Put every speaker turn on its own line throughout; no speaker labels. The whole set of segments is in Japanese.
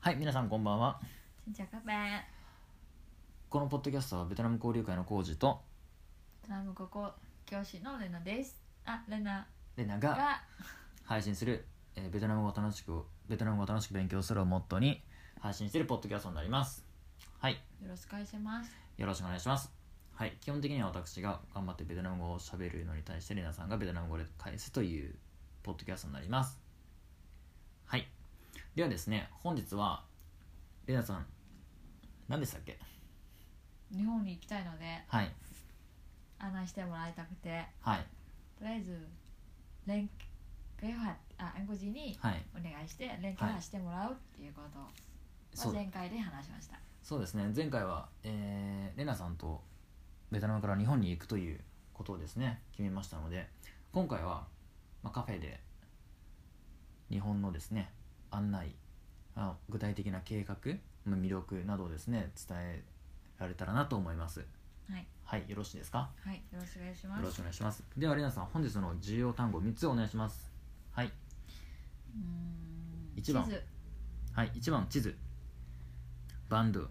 はい皆さんこんばんは
Xin chào các bạn,
このポッドキャストはベトナム交流会のコージと
南国語教師のレナです。あ、レナ
レナが
が
配信する、えーベトナム語を楽しくベトナム語を楽しく勉強するをモットーに配信しているポッドキャストになりますはい
よろしくお願いします。
よろしくお願いしますはい基本的には私が頑張ってベトナム語を喋るのに対してレナさんがベトナム語で返すというポッドキャストになりますはいではですね本日はレナさん何でしたっけ
日本に行きたいので
はい
案内してもらいたくて、
はい
とりあえず連携発あ、暗号字に
はい
お願いして連携発してもらうっていうこと
そ
を
う
前回で話しました。
そうですね前回は、えー、レナさんとベトナムから日本に行くということをですね決めましたので今回は、まあ、カフェで日本のですね案内あ具体的な計画、まあ、魅力などをですね伝えられたらなと思います
はい、
はいよろしいですか
はい、よろしくお願いし
よ
ま
ろ
す。
しくお願いしますではレナさん本日の重要単語3つお願いしますはいう
ーん
一番
地図、
はい1番地図バンド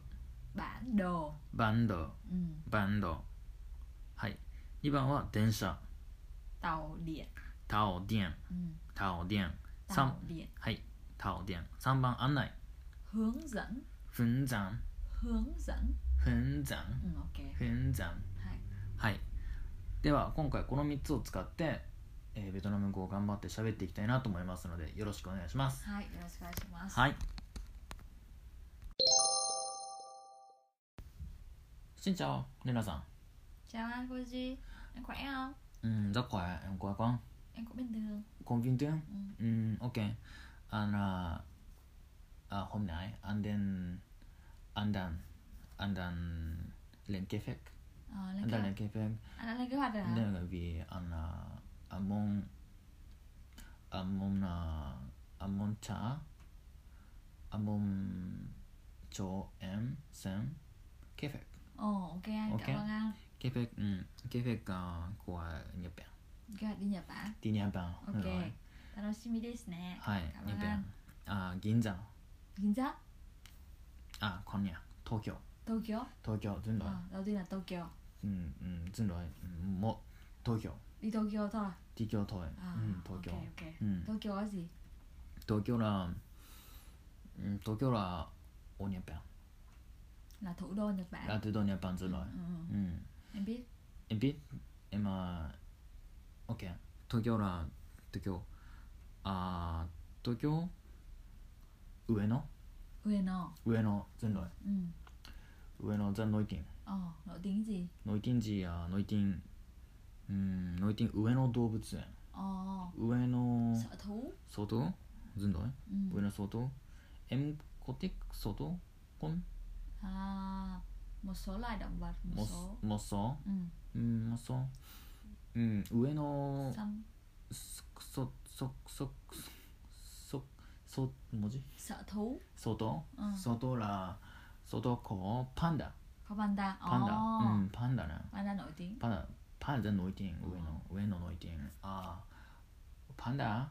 bản đồ、
バンド
うん、
バンドはい2番は電車
tàu điện、
タオディエン、
うん、
タオディエン。
tàu
三
điện、
はい、タオディエン。三番案内、
hướng dẫn、
フンザン、
hướng dẫn、
フンザン、
うん、OK、
フンザン。
はい。
はい。では今回この三つを使って、えーベトナム語を頑張って喋っていきたいなと思いますので、よろしくお願いします。
はい、よろしくお願いします。
はい。しんちゃん、レナさ
Chào anh Koji, em khỏe không?
ん。うん、どこへ、こわこん。
Em cũng bình thường.
コンビニ店
Ừ.
うん、オッケー。あの、あ、ほんない。あんでん、あんだん、あんだん、連携フェック。
Ờ,
あ
lên
んだん連携
kế hoạch.
フェック。
Anh đã lên kế hoạch rồi
あんだ
hả?
ん、び、あんな、あもん、あもんな、あもん茶、あもん、ちょえん、せん、ケフェック。
Ồ, ok anh,
Ok.
cảm ơn anh.
ケフェック、うん、ケフェックが、こう、日本。
Kế hoạch đi Nhật Bản.
ディニャンパン。
Ok. Tanoshimi desu ne.
はい、
Cảm
日
ơn anh.
本。あ、銀座。
Ginza,
あ、こんにゃ、東京。
Tokyo.
東京、ずんどい
Ờ,。đầu tiên là Tokyo.
うんうん、ずんどい。うんも、東京。
Đi Tokyo thôi.
東京都へ。
À,
うん、東京
ok,。ok.
うん
Tokyo có gì?
東京ら、うん、東京ら、おにゃぺん。
Là thủ đô Nhật Bản.
ラテドニャパンずん
Ừ,
どい。
ừ, ừ.
うん。
Em biết.
えび、えま、オッケー。東京ら、東京。あー、東京上野
Ueno.
上野ずんどい。
Ừ.
上野ザノイティン。
Ờ, nổi tiếng gì?
ノイティンジや、ノイティン、うん、ノイティン上野動物園。
Ờ,
上野、
sở thú.
相当ずんどい。
Ừ.
上野相当 M コティック相当コン
À, một số loài động vật, một
モス
số.
モッソ
Ừ.
うんモッソうん上野
Ừ, Xong.
そそそそそそ文字
Sở thú.
相当
うん
相当ら相当こうパンダ
Có panda.
パンダ
Ồ.
うんパンダね
Panda nổi tiếng.
パンダパンダノイティン上野上野ノイティンあーパンダ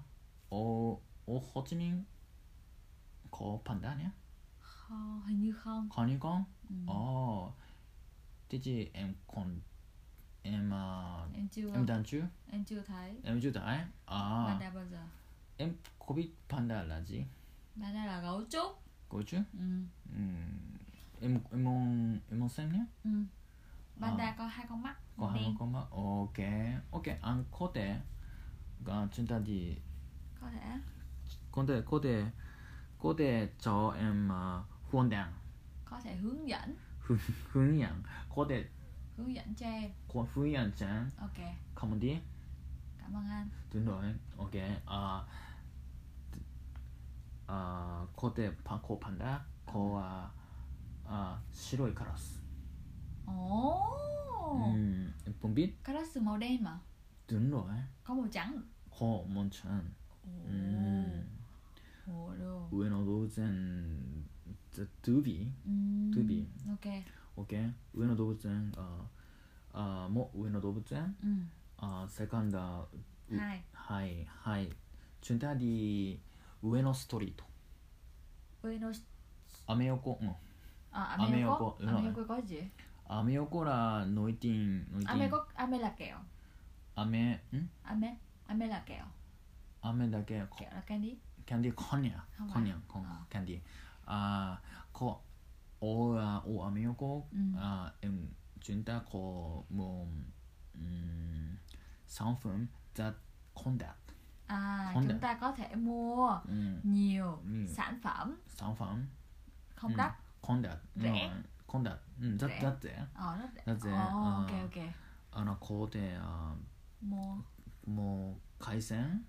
おおホチミンこうパンダね
Không, hình như không.
カニカン
Ừ.
Ồ, thế chị em còn em à,
Em chưa
em đang chứ
em chưa thấy
em chưa thấy à
panda bao giờ.
em có biết panda là gì
Panda là gấu trúc.
có chứ
Ừ.
Ừm, em em muốn em muốn xem nhé
Ừ. Panda
Ờ.
có hai con mắt.
có
màu
hai
đen.
con mắt ok ok anh có thể à, chúng ta đi
Có thể.
có thể có thể có thể cho em à, hướng dẫn
Có thể hướng dẫn.
hướng hướng dẫn có thể
Hướng dẫn cho em.
có hướng dẫn chẳng
Ok.
không đi
Cảm ơn anh.
Đúng rồi, ok. À, à, có thể pa, có panda, có à, à, 白いカラス。
Ồ.
うん không biết.
Cái đó sừng màu đen mà.
Đúng rồi.
Có màu trắng.
Có một chân.
Ồ.
Ừm.
Ồ đồ.
上野動物園、the to be.
Ừm.
Thú vị.
Ừ. Ok.
OK。上野動物園、あ、あ、もう上野動物園、
Ừ.
あ、セカンダ、う
Hai.
はい、はい。チュンタディ、上野ストリート。
Ueno
アメ横うん
아, 아메요코?
아메요코, 응.
아메요코 거지?
アメ横らノイティンノイティン
아메고 아메라게요.
アメん
아메 아메라게요.
アメだけこ
라캔디?
キャンディーコニャ
はい
コニャコ
あ
キャンディーあーこおあおアメ横
うん
あうんジュンタこもううん3分ザコンダ
À,
Không
chúng
được. Ừ.
ta có thể mua
うん
nhiều
Nhiều.
sản phẩm
3分
không
Ừ.
đắt.
コンダ
ぜ
コンダうんだ
ぜ
だって
Ờ, rất
Rất rẻ.
Ồ,
Ờ.
ok ok.
あのこうであ
Mua
もう海鮮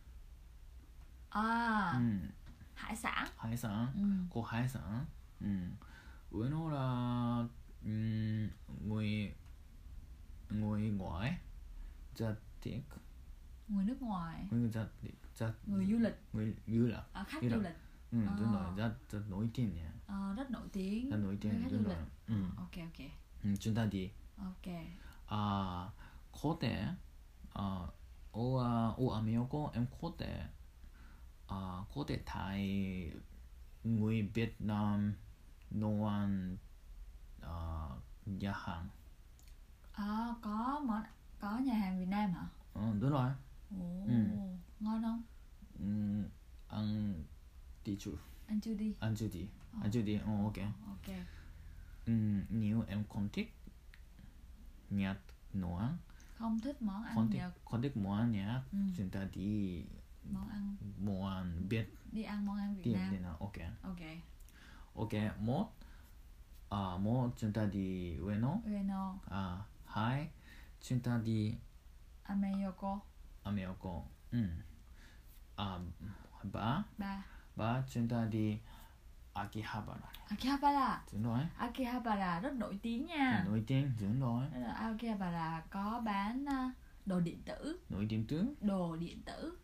à
うん
hải sản.
海産
Ừ.
こう海産うん上のらうんごいごいごいザティック
Người nước ngoài,
ごいザティックザ
người du lịch,
ごいユーラ
à, khách
Đi
du
đâu?
lịch
うんど
あー
んどんザザノイティンね
ờ, rất nổi tiếng.
ザノイティ
người
ン
khách
どん
du
どん
lịch.
うん
Ok ok
うんチュンダディ
ok.
あーこうであーおあおあみよこえんこうであーこうでタイごいベトナムのワンあーヤハン
À, có món có nhà hàng Việt Nam hả?
うんどない
Ồ,
Ừ.
ngon không?
うんアンディチュ
Anh chưa đi.
アンジュディアンジュディうん OK
Ok.
うんニューエムコンティックニャッノアン
Không thích món ăn
コンティッ
Nhật,
クコンティックモアンニャッ
うん
チュンダディ
món ăn
モアンベト
đi ăn món ăn Việt
ディアン
Nam.
ディナ OK
Ok.
OK もあーもうチュンタディ上の
Ueno,
あーはいチュンタディ
Ameyoko,
アメ横うんあーば
ba.
ばチュンタディ秋葉原
Akihabara.
ずんどい
Akihabara rất nổi tiếng nha.
ノイティンずんどい
Đó là Akihabara có bán à, đồ điện tử,
ノイティントゥ
đồ điện tử,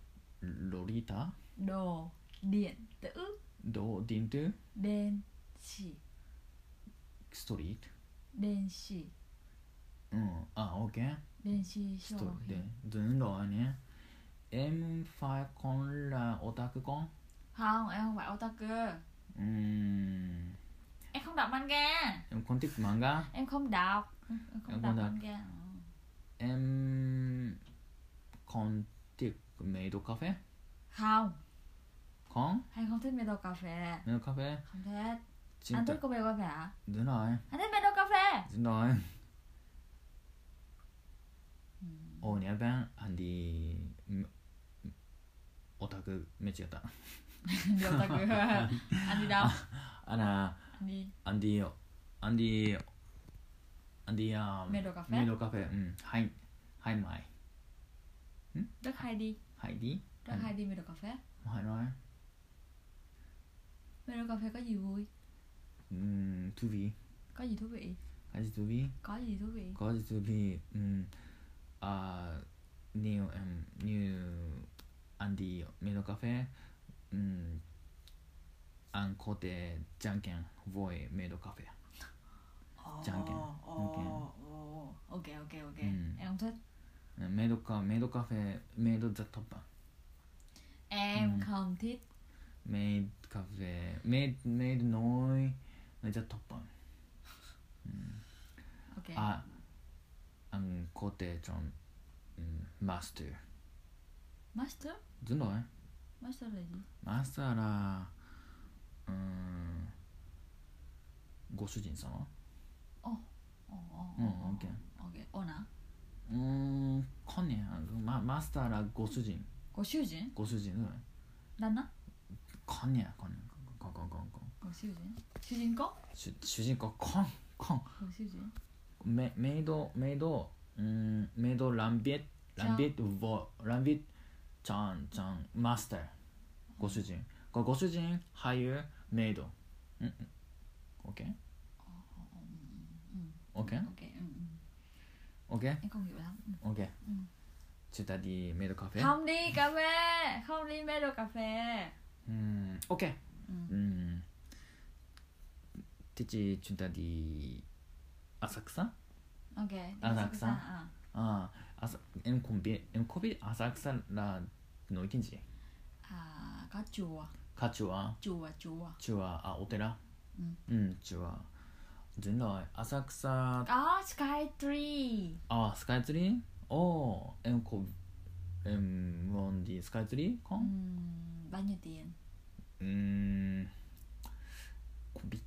ロリータ
đồ điện tử,
ドーディントゥ
đen chỉ,
ストリー
đen chỉ,
トうんあオッケー
đen chỉ
スト
show.
リートずんどいね M5 コンラオタクコン
Không, em không phải otaku.
うーん
Em không đọc manga.
コンティック漫画
Em không đọc. Em không,
Em không
đọc
đọc.
manga. Ừ.
M コンティックメイドカフェ
Không,
コン
em không thích Meadow Cà Phê.
メイドカフェ
Không thích.
チン
Anh
タ
thích cô Meadow Cà Phê hả?
ずない
Anh thích Meadow Cà Phê.
ずないおにゃべんアンディオタクめっちゃった
Điều ta cứ Anh đi đâu?
あら
Anh đi
アンディアンディアンディア
メイドカフェ
メイドカフェうんはいはいまい
Rất hay đi
はいディ
Rất hay đi Meadow Cà Phê
はいない
Meadow Cà Phê có gì vui?
うーんトゥビ
Có gì thú vị?
ーアジトゥビー
Có gì thú vị?
ガーズとビー、うん、あー、ニュー、うん、ニュー、アンディ、メイドカフェ、うん、アンコテ、ジャンケン、ボーイ、メイドカフェ。
Ồ,
Chẳng kìa.
ồ,
Ok.
ồ. Ok ok
Ừ.
ok Em không thích
うんメイドカ、メイドカフェ、メイドザトッパ。
Em
Ừ.
không thích
メイドカフェ、メイド、メイドノイ、ザトッパ。
Ok
あ、アンコテ、ジョン、うん、マスター。
Master
ずんどい
Master là gì?
マスターら、うん、ご主人様
Ồ Ồ ồ
うん、オ
ồ
ッケー。
Ok Ồ nè
うーん、こんねん、ま、マスターらご主人、
Cô siêu diễn
ご主人、うん、
Đanh á
こんねん、こんねん、こんこんこんこん、
Cô siêu diễn Siêu diễn có
主主人公、こん、こん、
Cô siêu diễn
メメイド、メイド、うーん、メイドランビエッ、ランビエット、ボ、ランビエット、ちゃん、ちゃん、マスター、ご主人、ごご主人、俳優、メイド、うん、うん、オッケー
Ừ.
オッケー
Ok ừ, ừ.
オッケー
Em không hiểu lắm Ừ.
オッケー
Ừ.
チュタディ、メイドカフェ。
Không đi cà phê Không đi Meadow Cà Phê
うん、オッケー。
Ừ.
うん。テチチュンタディ浅草？あ
Ok
À,
đi
dạ,
Sakusa.
sao?
À.
あ、浅エムコンビエムコビ浅草らの一日。
À, có chùa
カチュア、
chùa chùa
チュアあお寺。
うん
嗯，違う。人来浅草
あースカイツリ
あスカイツリーおー、えんこ、えん、無音でスカイツリーか
ーうんバニュティエン
うーん、こび。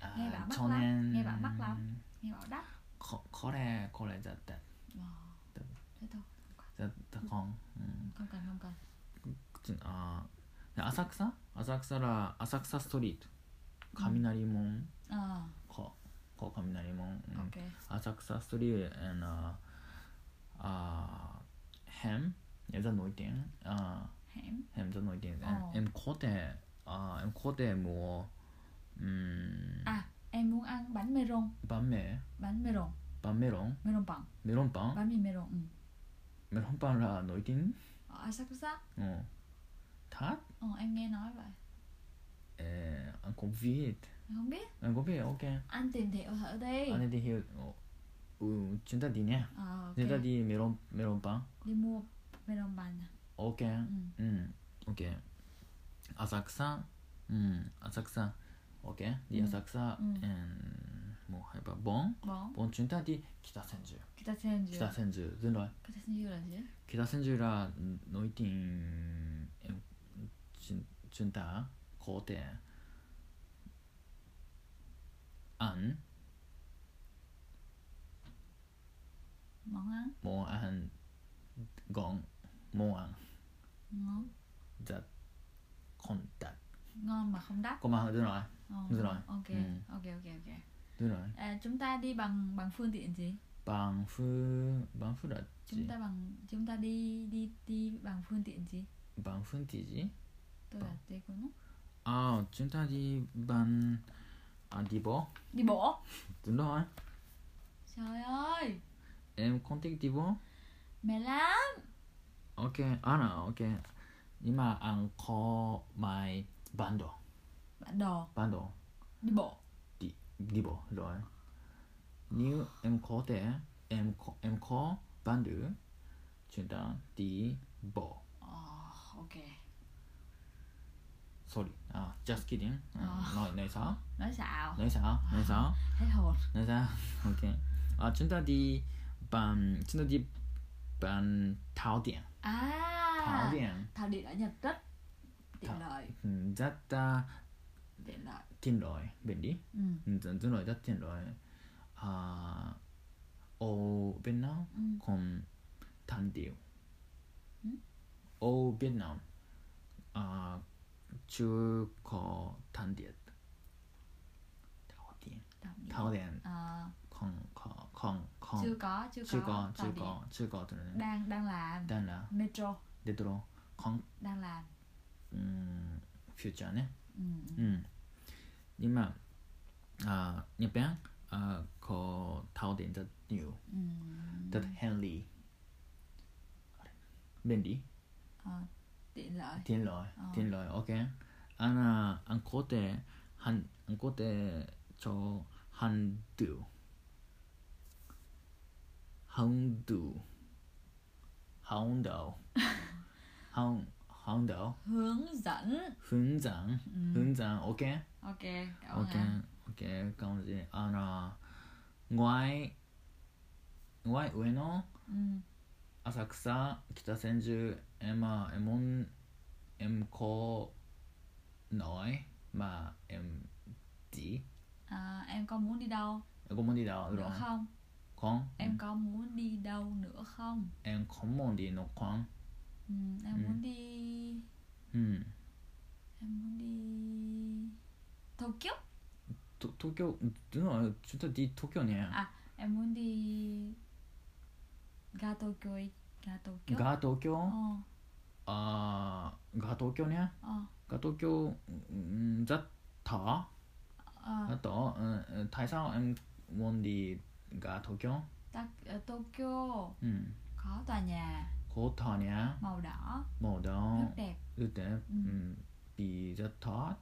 あ
ねえば
ー去年
ねえばマクラ見ようだ
ここれこれだった
あー
でも
それと
だったかん、うん、
今回今回
靴あーで浅草浅草ら浅草ストリート雷門
あ
かか雷門、う
ー
ん
オッケー
浅草ストリート and ああhem いやざのいてんあ
へん
hem ざのいてん
あ
em こてあ em こてもううん
à em muốn ăn bánh meron
バメ
bánh meron
バメロン
meron bằng
メロンパン
bánh mì meron ừ.
メロンパンらのいてん
ở Asakusa
うんた
ờ, em nghe nói vậy
えー、あこびえて
em không biết
あごびえ OK
anh tìm hiểu thử đi
あれでひゅうんちゅんたりね
Ờ, ok.
ちゅんたりメロンメロンパン
đi mua meron bằng à?
OK
ừ.
うん、OK。浅草、うん、浅草、OK。で、
うん
浅草、
うん
えーもう、やっぱ、ボン、
bốn
ボンチュンタディ、北千住、
kita xem gì
北千住、全来、
kita xem gì là gì
北千住ら、ノイティン、えチュンチュンタ、皇帝、アン、
món ăn
モアン、ゴン、モアン、
ngon
ザ、コンタ。
ngon mà không đắt
こんばんは、全来、
ờ,
Được rồi.
ok
Ừ.
ok ok ok
全来。
à, chúng ta đi bằng bằng phương tiện gì
バンフバンフラッ
chúng
チ
ta bằng chúng ta đi đi đi bằng phương tiện gì
バンフンティジ Ờ.
tôi là tê cũng
ああチュンタディバンあディボ
đi bộ
どんどん
trời ơi
エムコンティディボ
mẹ lắm
オッケーあらオッケー今アンコマイバンド
bạn đồ
バンド
đi bộ
ディディボロイニューエムコテエムコエムコバンドゥチュンタディボ Ờ,
oh, ok
ソリあ 아, just kidding 음, 네な
あ
いないさ
nói xạo
ないさないさ
hết hồn
Na da, okay. Ah, chúng ta đi bàn, chúng ta đi bàn thảo điện, thảo
à
điện.
thảo điện ở nhật rất tiện
Thảo-
lợi
Ừ, Rất ta
tiện lợi
tiện lợi, bên đi.
ừ.
Ừ, Rất tiện lợi, rất tiện lợi. À, 아, ở Việt Nam
Ừ.
còn thành điều.
Ừ.
Ở Việt Nam, à, chưa có thành điện. Thảo điện,
Thảo điện.
thảo điện
Ờ,
không có, không không.
chưa có chưa,
Chưa có,
thảo
chưa
điện.
có, chưa có. từ-
đang đang làm
Đang là
metro
レトロ韓
đang làm
うんフューチャーね
ừ.
うん今あ日本あこうタオデンだニュー
Ừ.
だヘンリーあれ便利
Ờ, tiện lợi
天来
あ
天来 OK あなあんこてはんあんこてちょハンドゥハンドゥハンドゥハンハンドゥ
hướng dẫn
分山分山 OK
ok cảm ơn
OK
anh
OK かもしれないあのngoài ngoài 上野
ừ.
浅草北千住えまあえもんえんこないまあえんじ
à, em có muốn đi đâu
えごもんでだうろ
nữa
ん
không
こん
em có muốn đi đâu nữa không
えんこんもんでのこん
ừ. em
Ừ.
muốn đi
うん
em muốn đi Tokyo
と東京どのちょっとで東京ね
à em muốn đi ga Tokyo ga Tokyo
が東
ờ
京あーが東京ね
ờ
が東京うんざったあ
ờ
と、うんうん、大山うんモンディが東京、
ta, ở Tokyo
うん、
có tòa nhà
コーターニャ、
màu đỏ
モーダ
rất
ン、
đẹp
ウテ、うん、ビザタ、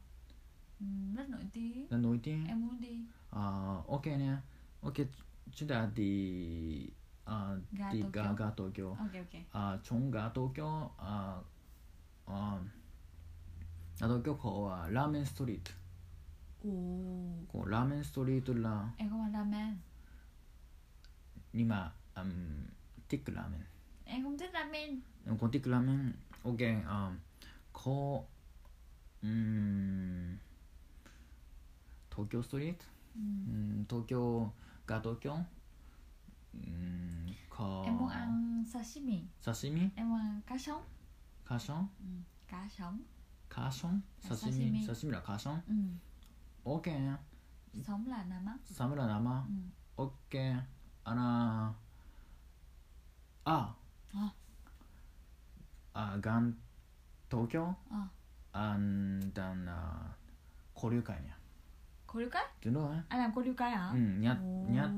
ừm, ừ, rất nổi tiếng
ナノイティン、
em muốn đi
あー、オッケーね、オッケー、チュダディ、あ
が
ディガ
東京
が東京、
ok ok
あチョンが東 아, 어, 京、ああ、あ東京港はラーメンストリート、
おー
こうラーメンストリートラン
Em có ăn ramen
今あんティックラーメン
Em không thích ramen
でもこのティックラーメン OK あこううーん東京ストリート
ừ.
うん東京が東京うんか
Em muốn ăn sashimi
刺身
Em muốn ăn cá sống
カーション
ừ. Cá sống
カーション
あ
刺身
刺身
刺身だカーション
ừ.
OK ね
Sống là nam á
サムラ生
ừ.
OK あらあ
あ
あがん東京
Ờ
あんだな交流会ね
Koryukai
どのね
Anh làm Koryukai hả
うんにゃ
Ồ.
にゃ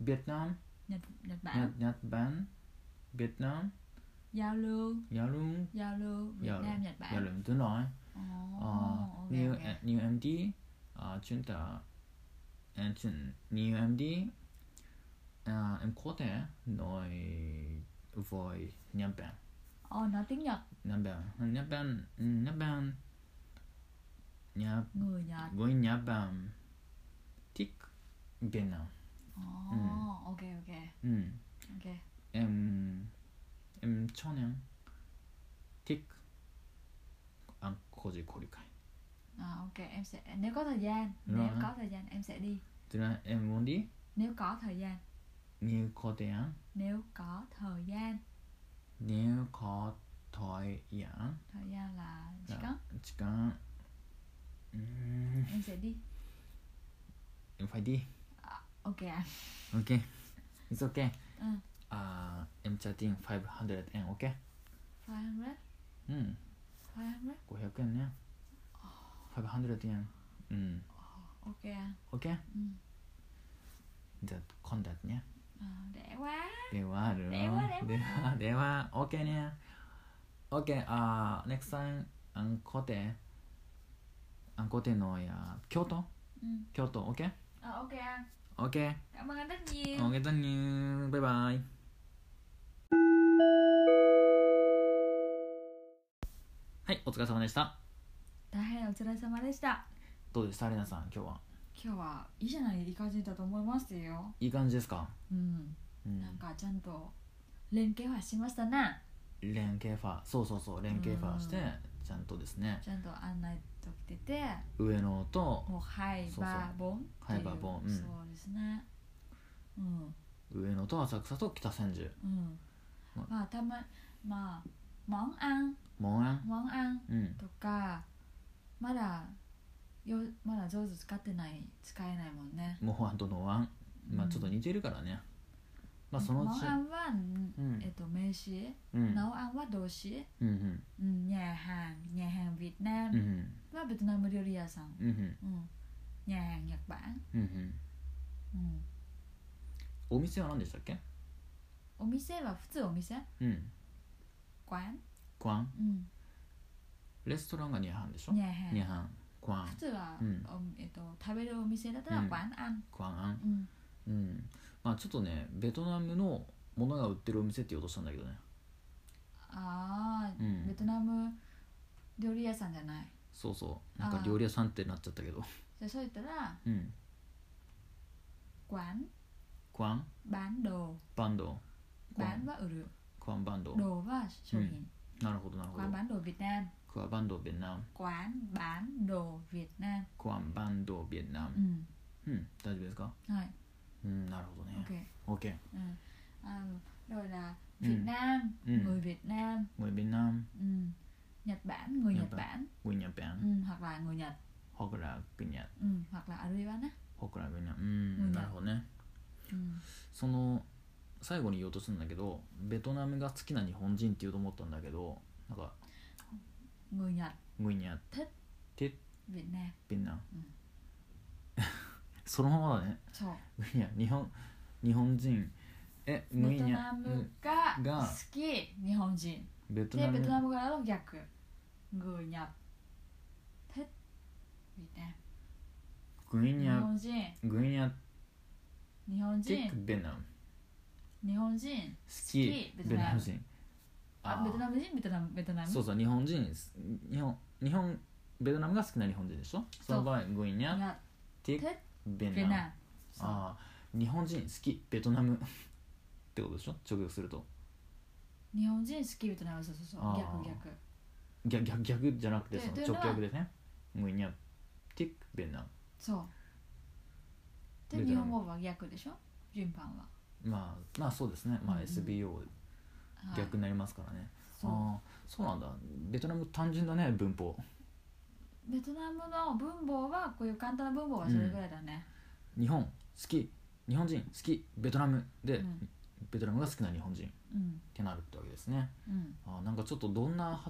ベトナム
Nhật,
に
Nhật
ゃ
Bản
にゃばんベトナム
Giao lưu
やるん
Giao lưu Ờ, à. Việt
やる
Nam Nhật
や
Bản
るんどのね
Ồ
아, あ
ok,
ニュ
ok.
ーニュー MD あチュンタえチュンニュー MD あエムコテノイボイニャンペン
Ồ Ờ, nói tiếng Nhật
ニャンペンニャンペンニャンペンニャ
Người Nhật
ゴイニャンペンティックベナ
Ồ
Ừ.
ok ok
うん
Ok
エムエムチョネンティックあコジコリカイ
À, ok em sẽ nếu có thời gian
Rồi.
nếu có thời gian em sẽ đi
ドラエムウォンディ
nếu có thời gian
ニューコテヤン
nếu có thời gian
ニューコトイヤン
thời gian là chỉ
Dạ.
có
時間うーん
em sẽ đi
ファイディ
ok à
オッケー It's okay
ừ.
あーエムチャティン500円 OK うん
500 500
500円ね500円うん
ok à
OK
ừ.
じゃあ今度ね
à, đẻ quá
ではある
ではでは
ではでは OK ね OK あー next time アンコテアンコテのや京都
ừ.
京都 OK
à, ok à.
OK
cảm ơn anh rất nhiều
OK だねバイバイはいお疲れ様でした
大変お疲れ様でした
どうでしたレナさん今日は
今日はいいじゃないいい感じだと思いますよ
いい感じですか
うん
うん
なんかちゃんと連携はしましたな
連携ファーそうそうそう連携ファーして
うん
ちゃんとですね
ちゃんと案内ときてて
上野と
もうハイバーボンってい
ハ
う
イバーボンうん
そうですねうん
上野と浅草と北千住
うん
ま
まあたままあモンアン
モンアン
モンアン
うん
とかまだよまだ上手使ってない使えないもんね
モンアンとノワンまあ
うん
ちょっと似てるからねまあそのう
モ
ち
ンアンは、
うん
えっと名詞、
うん
ナオアンは動詞、
うん
うん、ニャーハンニャーハンビッナ
うんう
ム
ん
はベトナム料理屋さん、
うんうん
うん、ニャーハン日本、
うんうん
うん、
お店は何でしたっけ
お店は普通お店
うん
館、
クワン
うん、
レストランがニャハンでしょ
ニャーハン
ニャハンクワン
普通は、
うん
おえっと、食べるお店だったら
うん
晩安、
クワン
うん
うんまあちょっとねベトナムのものが売ってるお店って言おうとしたんだけどね
ああ、
うん
ベトナム料理屋さんじゃない
そうそうなん
あ
か
ー
料理屋さんってなっちゃったけど
じゃあそう言ったら
うん
館
クワン
bán đồ
バンドクワ
bán
ン
は売る
クワンバンド
đồ は商品、
なるほどなるほど
quán bán đồ Việt Nam
クワバンドベトナム
quán bán đồ Việt Nam Ừ,
クワンバンドベトナ
う
ム
ん
うん大丈夫ですか
はい
うんなるほどね
OK
OK
うんあの rồi là
うん
Việt Nam、
うん
người Việt Nam
ウェベトナム
ừ. Nhật Bản người
Nhật
Nhật,
Bản.
Bản,
ウィニャペン
Ừ, hoặc là người Nhật
ホクラグニャ
ừ. hoặc là Ariana
ホクラグニャう
うんん
なるほどね
うん
その最後に言おうとするんだけどベトナムが好きな日本人って言うと思ったんだけどなんか
người Nhật
ウィニャ
て
テ
Việt Nam
ベトナム
うん
そのままだね
そう
ウィニャ日本日本人えウ
ベ
ィ
ト
ニ
ナ
ャ
ムが
が
好き日本人
うんベト
で
ナ
ベ
ム
トナムからの逆グーニャテッみたいな
グイニ
日
ャ
本人
グイニャ
日本
ティック
人
ベトナム
日本人
好きベ
ベ
ト
ト
ナ
ナ
ム
ム
人
À,
À.
あベトナム人ベトナムベトナム
そうそう日本人です日本日本ベトナムが好きな日本人でしょその場合グイニャ
Ja,
ティック
Tết
ベナ
Việt
ム
Nam. So.
ああ日本人好きベトナム ってことでしょ直訳すると
日本人好きベトナムそうそうそう
あー
逆逆
逆逆逆じゃなくて
で
その
で
直訳
な
でねグイニャティックベナ
そうで
ベトナム
日本語は逆でしょ順番は、
ムまあまあそうですねまあ
うんうん
SBO
はい、
逆になりますからね、
そう
ああそうなんだベトナム単純だね文法
ベトナムの文法はこういう簡単な文法はそれぐらいだね、
日本好き日本人好きベトナムで、
うん
ベトナムが好きな日本人っ
うん
てなるってわけですね
うん
あーなんかちょっとどんなは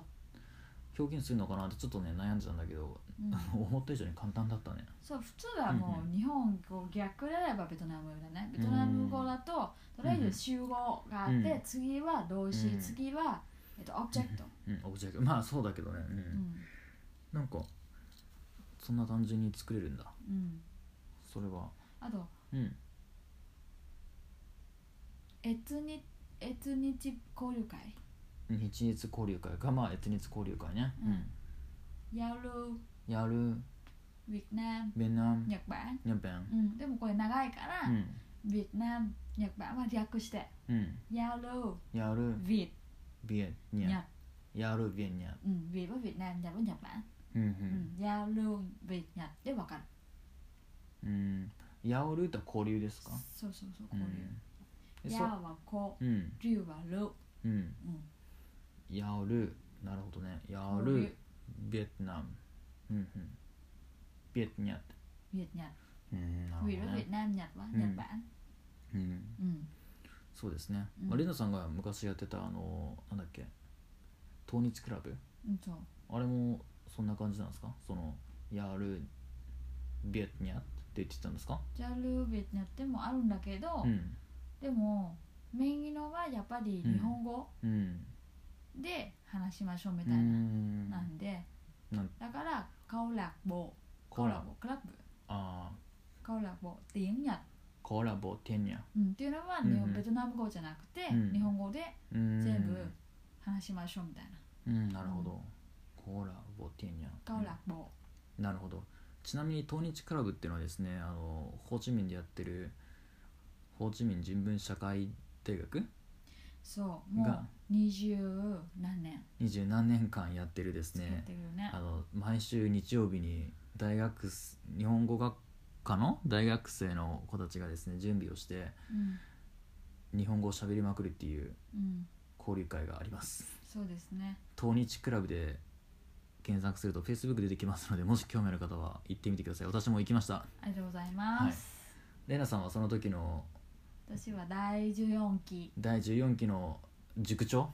表現するのかなってちょっとね悩んじゃうんだけど
うん
思った以上に簡単だったね
そう普通はも
うん
う日本語逆であればベトナムだねベトナム語だととりあえず集合があって、
うん
次は動詞、
うん
次は、えっと、オブジェクト、
うんオブジェクトまあそうだけどね、うん
うん
なんかそんな単純に作れるんだ
うん、
それは
あと
うん
エツニエツニチ交流会
日日交流会かまあ越日交流会ね、
うんやる
うん、やる
ベトナム
ベナム
日本
ニャンペン
うん、でもこれ長いから、
うん
ベトナム日本は略して
うん
やる
やる
ビ
ビエ
ッ
ニ
ニ
ャ
ャ
やるビエニャ
うん、ビッはベトナム、ニャは日本
うん
うん、やるビッニャでわかる
うんうんやおるとは交流ですか
そうそうそう、こ
Ừ.
う
うんえ
いうや
そう
はこ
うん
う、りゅうはる。
うん
うん。
やおるなるほどねやお
交
る
流
ベトナムうんうんビエトニャって
ビッニャ。
うんなるほ
Vì
ど
đó Việt
ね
Nam Nhật và Nhật Bản.
うん
Ừ.
そうですね、
うん
まあ、レナさんが昔やってたあのなんだっけ東日クラブ
Ừ, rồi.
あれもそんな感じなんですかそのやるビエトニャって言ってたんですか
Jalu Việt Nhật でもあるんだけど
う、ん
でもメインのはやっぱり日本語
うん
で話しましょうみ
う
たいな。
ん
なんで
なん、
だからcâu lạc bộ、
コラボ
câu lạc bộ club、
ああ
câu lạc bộ tiếng Nhật。
コラボテニャ
うん、っていうのは
うんうん
日本ベトナム語じゃなくて
うん
日本語で
うん
全部話しましょうみたいな。
うんなるほどコラボテニャ
câu lạc bộ。
なるほどちなみに東日クラブっていうのはですねあのホーチミンでやってるホーチミン人文社会大学
そう、も
が
う二十何年
二十何年間やってるです
やっ
ね
てるよね
あ。の毎週日曜日に大学す日本語学科の大学生の子たちがですね準備をして
うん、
日本語を喋りまくるっていう
うん、
交流会があります
そうですね。
東日クラブで検索すると Facebook 出てきますのでもし興味ある方は行ってみてください私も行きました
ありがとうございます。
レナさんはその時の
私は第14期
第14期の塾長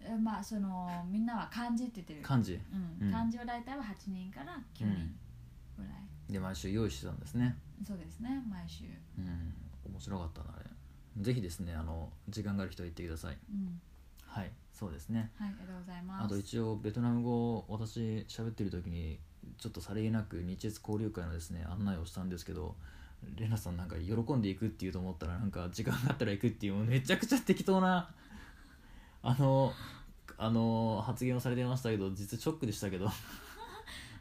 えまあそのみんなは漢字って言ってる、
漢字
う、
うんん
漢字は大体は8人から9人ぐらい、
で毎週用意してたんですね
そうですね毎週、
うん面白かったなあれぜひですねあの時間がある人は行ってください
うん、
はいそうですね
はいありがとうございます
あと一応ベトナム語を私喋ってる時にちょっとさりげなく日越交流会のですね案内をしたんですけどレナさんなんか喜んでいくって言うと思ったらなんか時間があったら行くっていうめちゃくちゃ適当なあのあの発言をされてましたけど実はショックでしたけ ど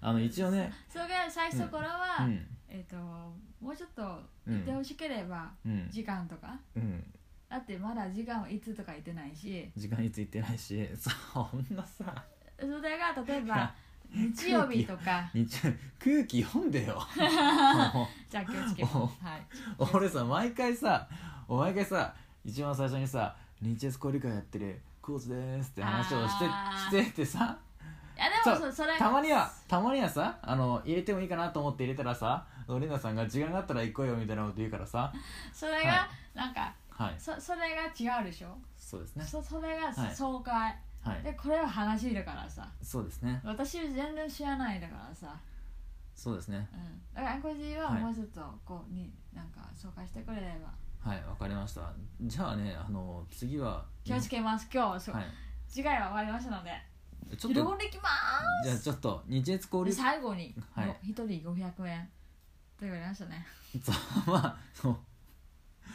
あの一応ね
それが最初の頃
う
は、
ん
えっ、ともうちょっと
う
言ってほ
ん、
しければ、
うん
時間とか
うん、
だってまだ時間はいつとか言ってないし
時間についてないしそんなさ
それが例えば 日曜日とか
日空気読んで よもう
じゃあ気をつけま す
お
はい
俺さ毎回さお毎回さ一番最初にさ「日越交流会やってるコーチでーす」って話をして
あ
し
ー
ててさ
いやでもそそれ
たまにはたまにはさあの入れてもいいかなと思って入れたらさレナさんが「時間があったら行こうよ」みたいなこと言うからさ
それ
は
がなんか、
はい
そそれが違うでしょ
そうですね
そそれが
はい
爽快、
はい
でこれは話だからさ
そうですね
私全然知らないだからさ、
そうですね
うん、だからアンコジーは
はい
もうちょっとこうに、なんか紹介してくれれば
はいわかりましたじゃあねあの次は
気をつけます今日、そう
はい
次回は終わりましたので
ちょっ
喜
と
んできま
じゃあちょっと日越交
すで
流
最後に
はい
の一、人500円と言われましたね
そうまあそう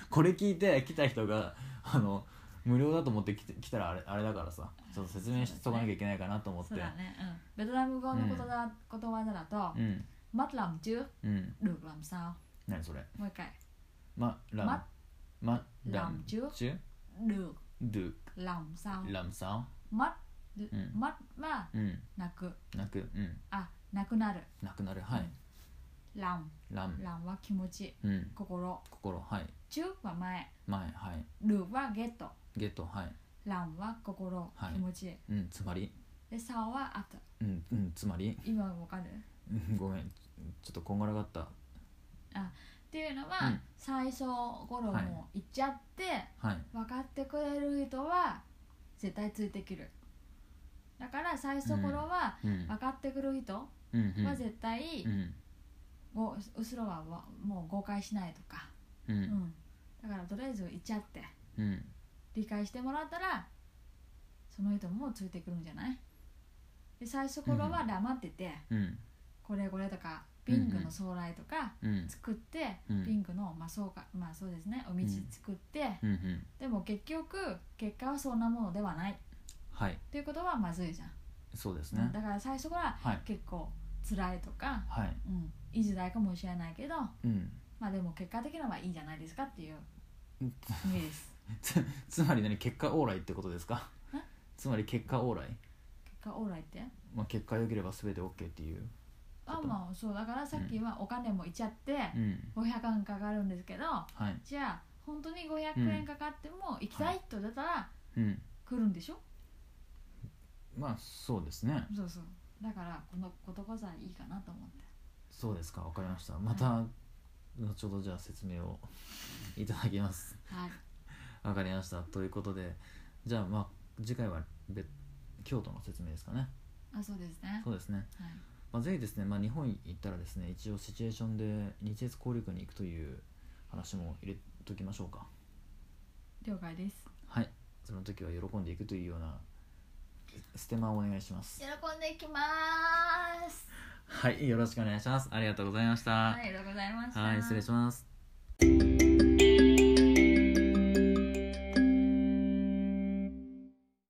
これ聞いて来た人があの無料だと思って来て来たらあれあれだからさちょっと説明しとかなきゃいけないかなと思って
そうだね、うん、ベトナム語のことだ、ことわざだと
う,、ん
mất lòng trước
うん、
được làm sau
何それ
もう一回
まラム
ま
まラム
ラムチュ
チュ
được
ドゥ
lòng sau
ラムサ
mất
ん
mất は
オうん
泣く
なくうん
あなくなる
なくなるはい、
lòng
ラム
lòng は気持ち
うん
心
心はい
trước は前
前はい
được はゲット
ゲットはい
lòng は心
はい
気持ち
うんつまり
で sau は after
うんうんつまり
今わかる
うんごめんちょっとこんがらがった
っていうのは、
うん
最初頃
はい
も言っちゃって、
はい
分かってくれる人は絶対ついてくるだから最初頃は
うん
分かってくる人は
うんうん
絶対、
うん
ご後ろはわもう誤解しないとか、
う
うんんだからとりあえず言っちゃって
うん
理解してもらったらその人もついてくるんじゃないで最初頃は黙ってて、
うん
これこれとかピンクの将来とか
うん
作って、
うん
ピンクのまあそうかまあそうですねお道作って、
うんうん
でも結局結果はそんなものではない
はい
っていうことはまずいじゃん、
そうです
うん
ね
だから最初から
はい
結構辛いとか、
はい
うん、いい時代かもしれないけど
うん
まあでも結果的にはいいじゃないですかっていう意味です
つつまり何結果オーライってことですか
え
つまり結果オーライ、
結果オーライって
まあ、結果良ければ全て OK っていう
あ
こと
まあそうだからさっきはお金もいっちゃって
うん
500円かかるんですけど
はい
じゃあ本当に500円かかっても行きたい人だったら
うん
来るんでしょ、
まあそうですね
そうそうだからこのことこそいいかなと思って
そうですかわかりましたまた後ほどじゃあ説明を いただきます
はい
わかりましたということでじゃあまあ次回は別京都の説明ですかね
あそうですね
そうですね、
はい
まあ、ぜひですね、まあ、日本行ったらですね一応シチュエーションで日越交流会に行くという話も入れときましょうか
了解です
はいその時は喜んでいくというようなステマをお願いします
喜んでいきます
はいよろしくお願いしますありがとうございました
ありがとうございました
はい失礼します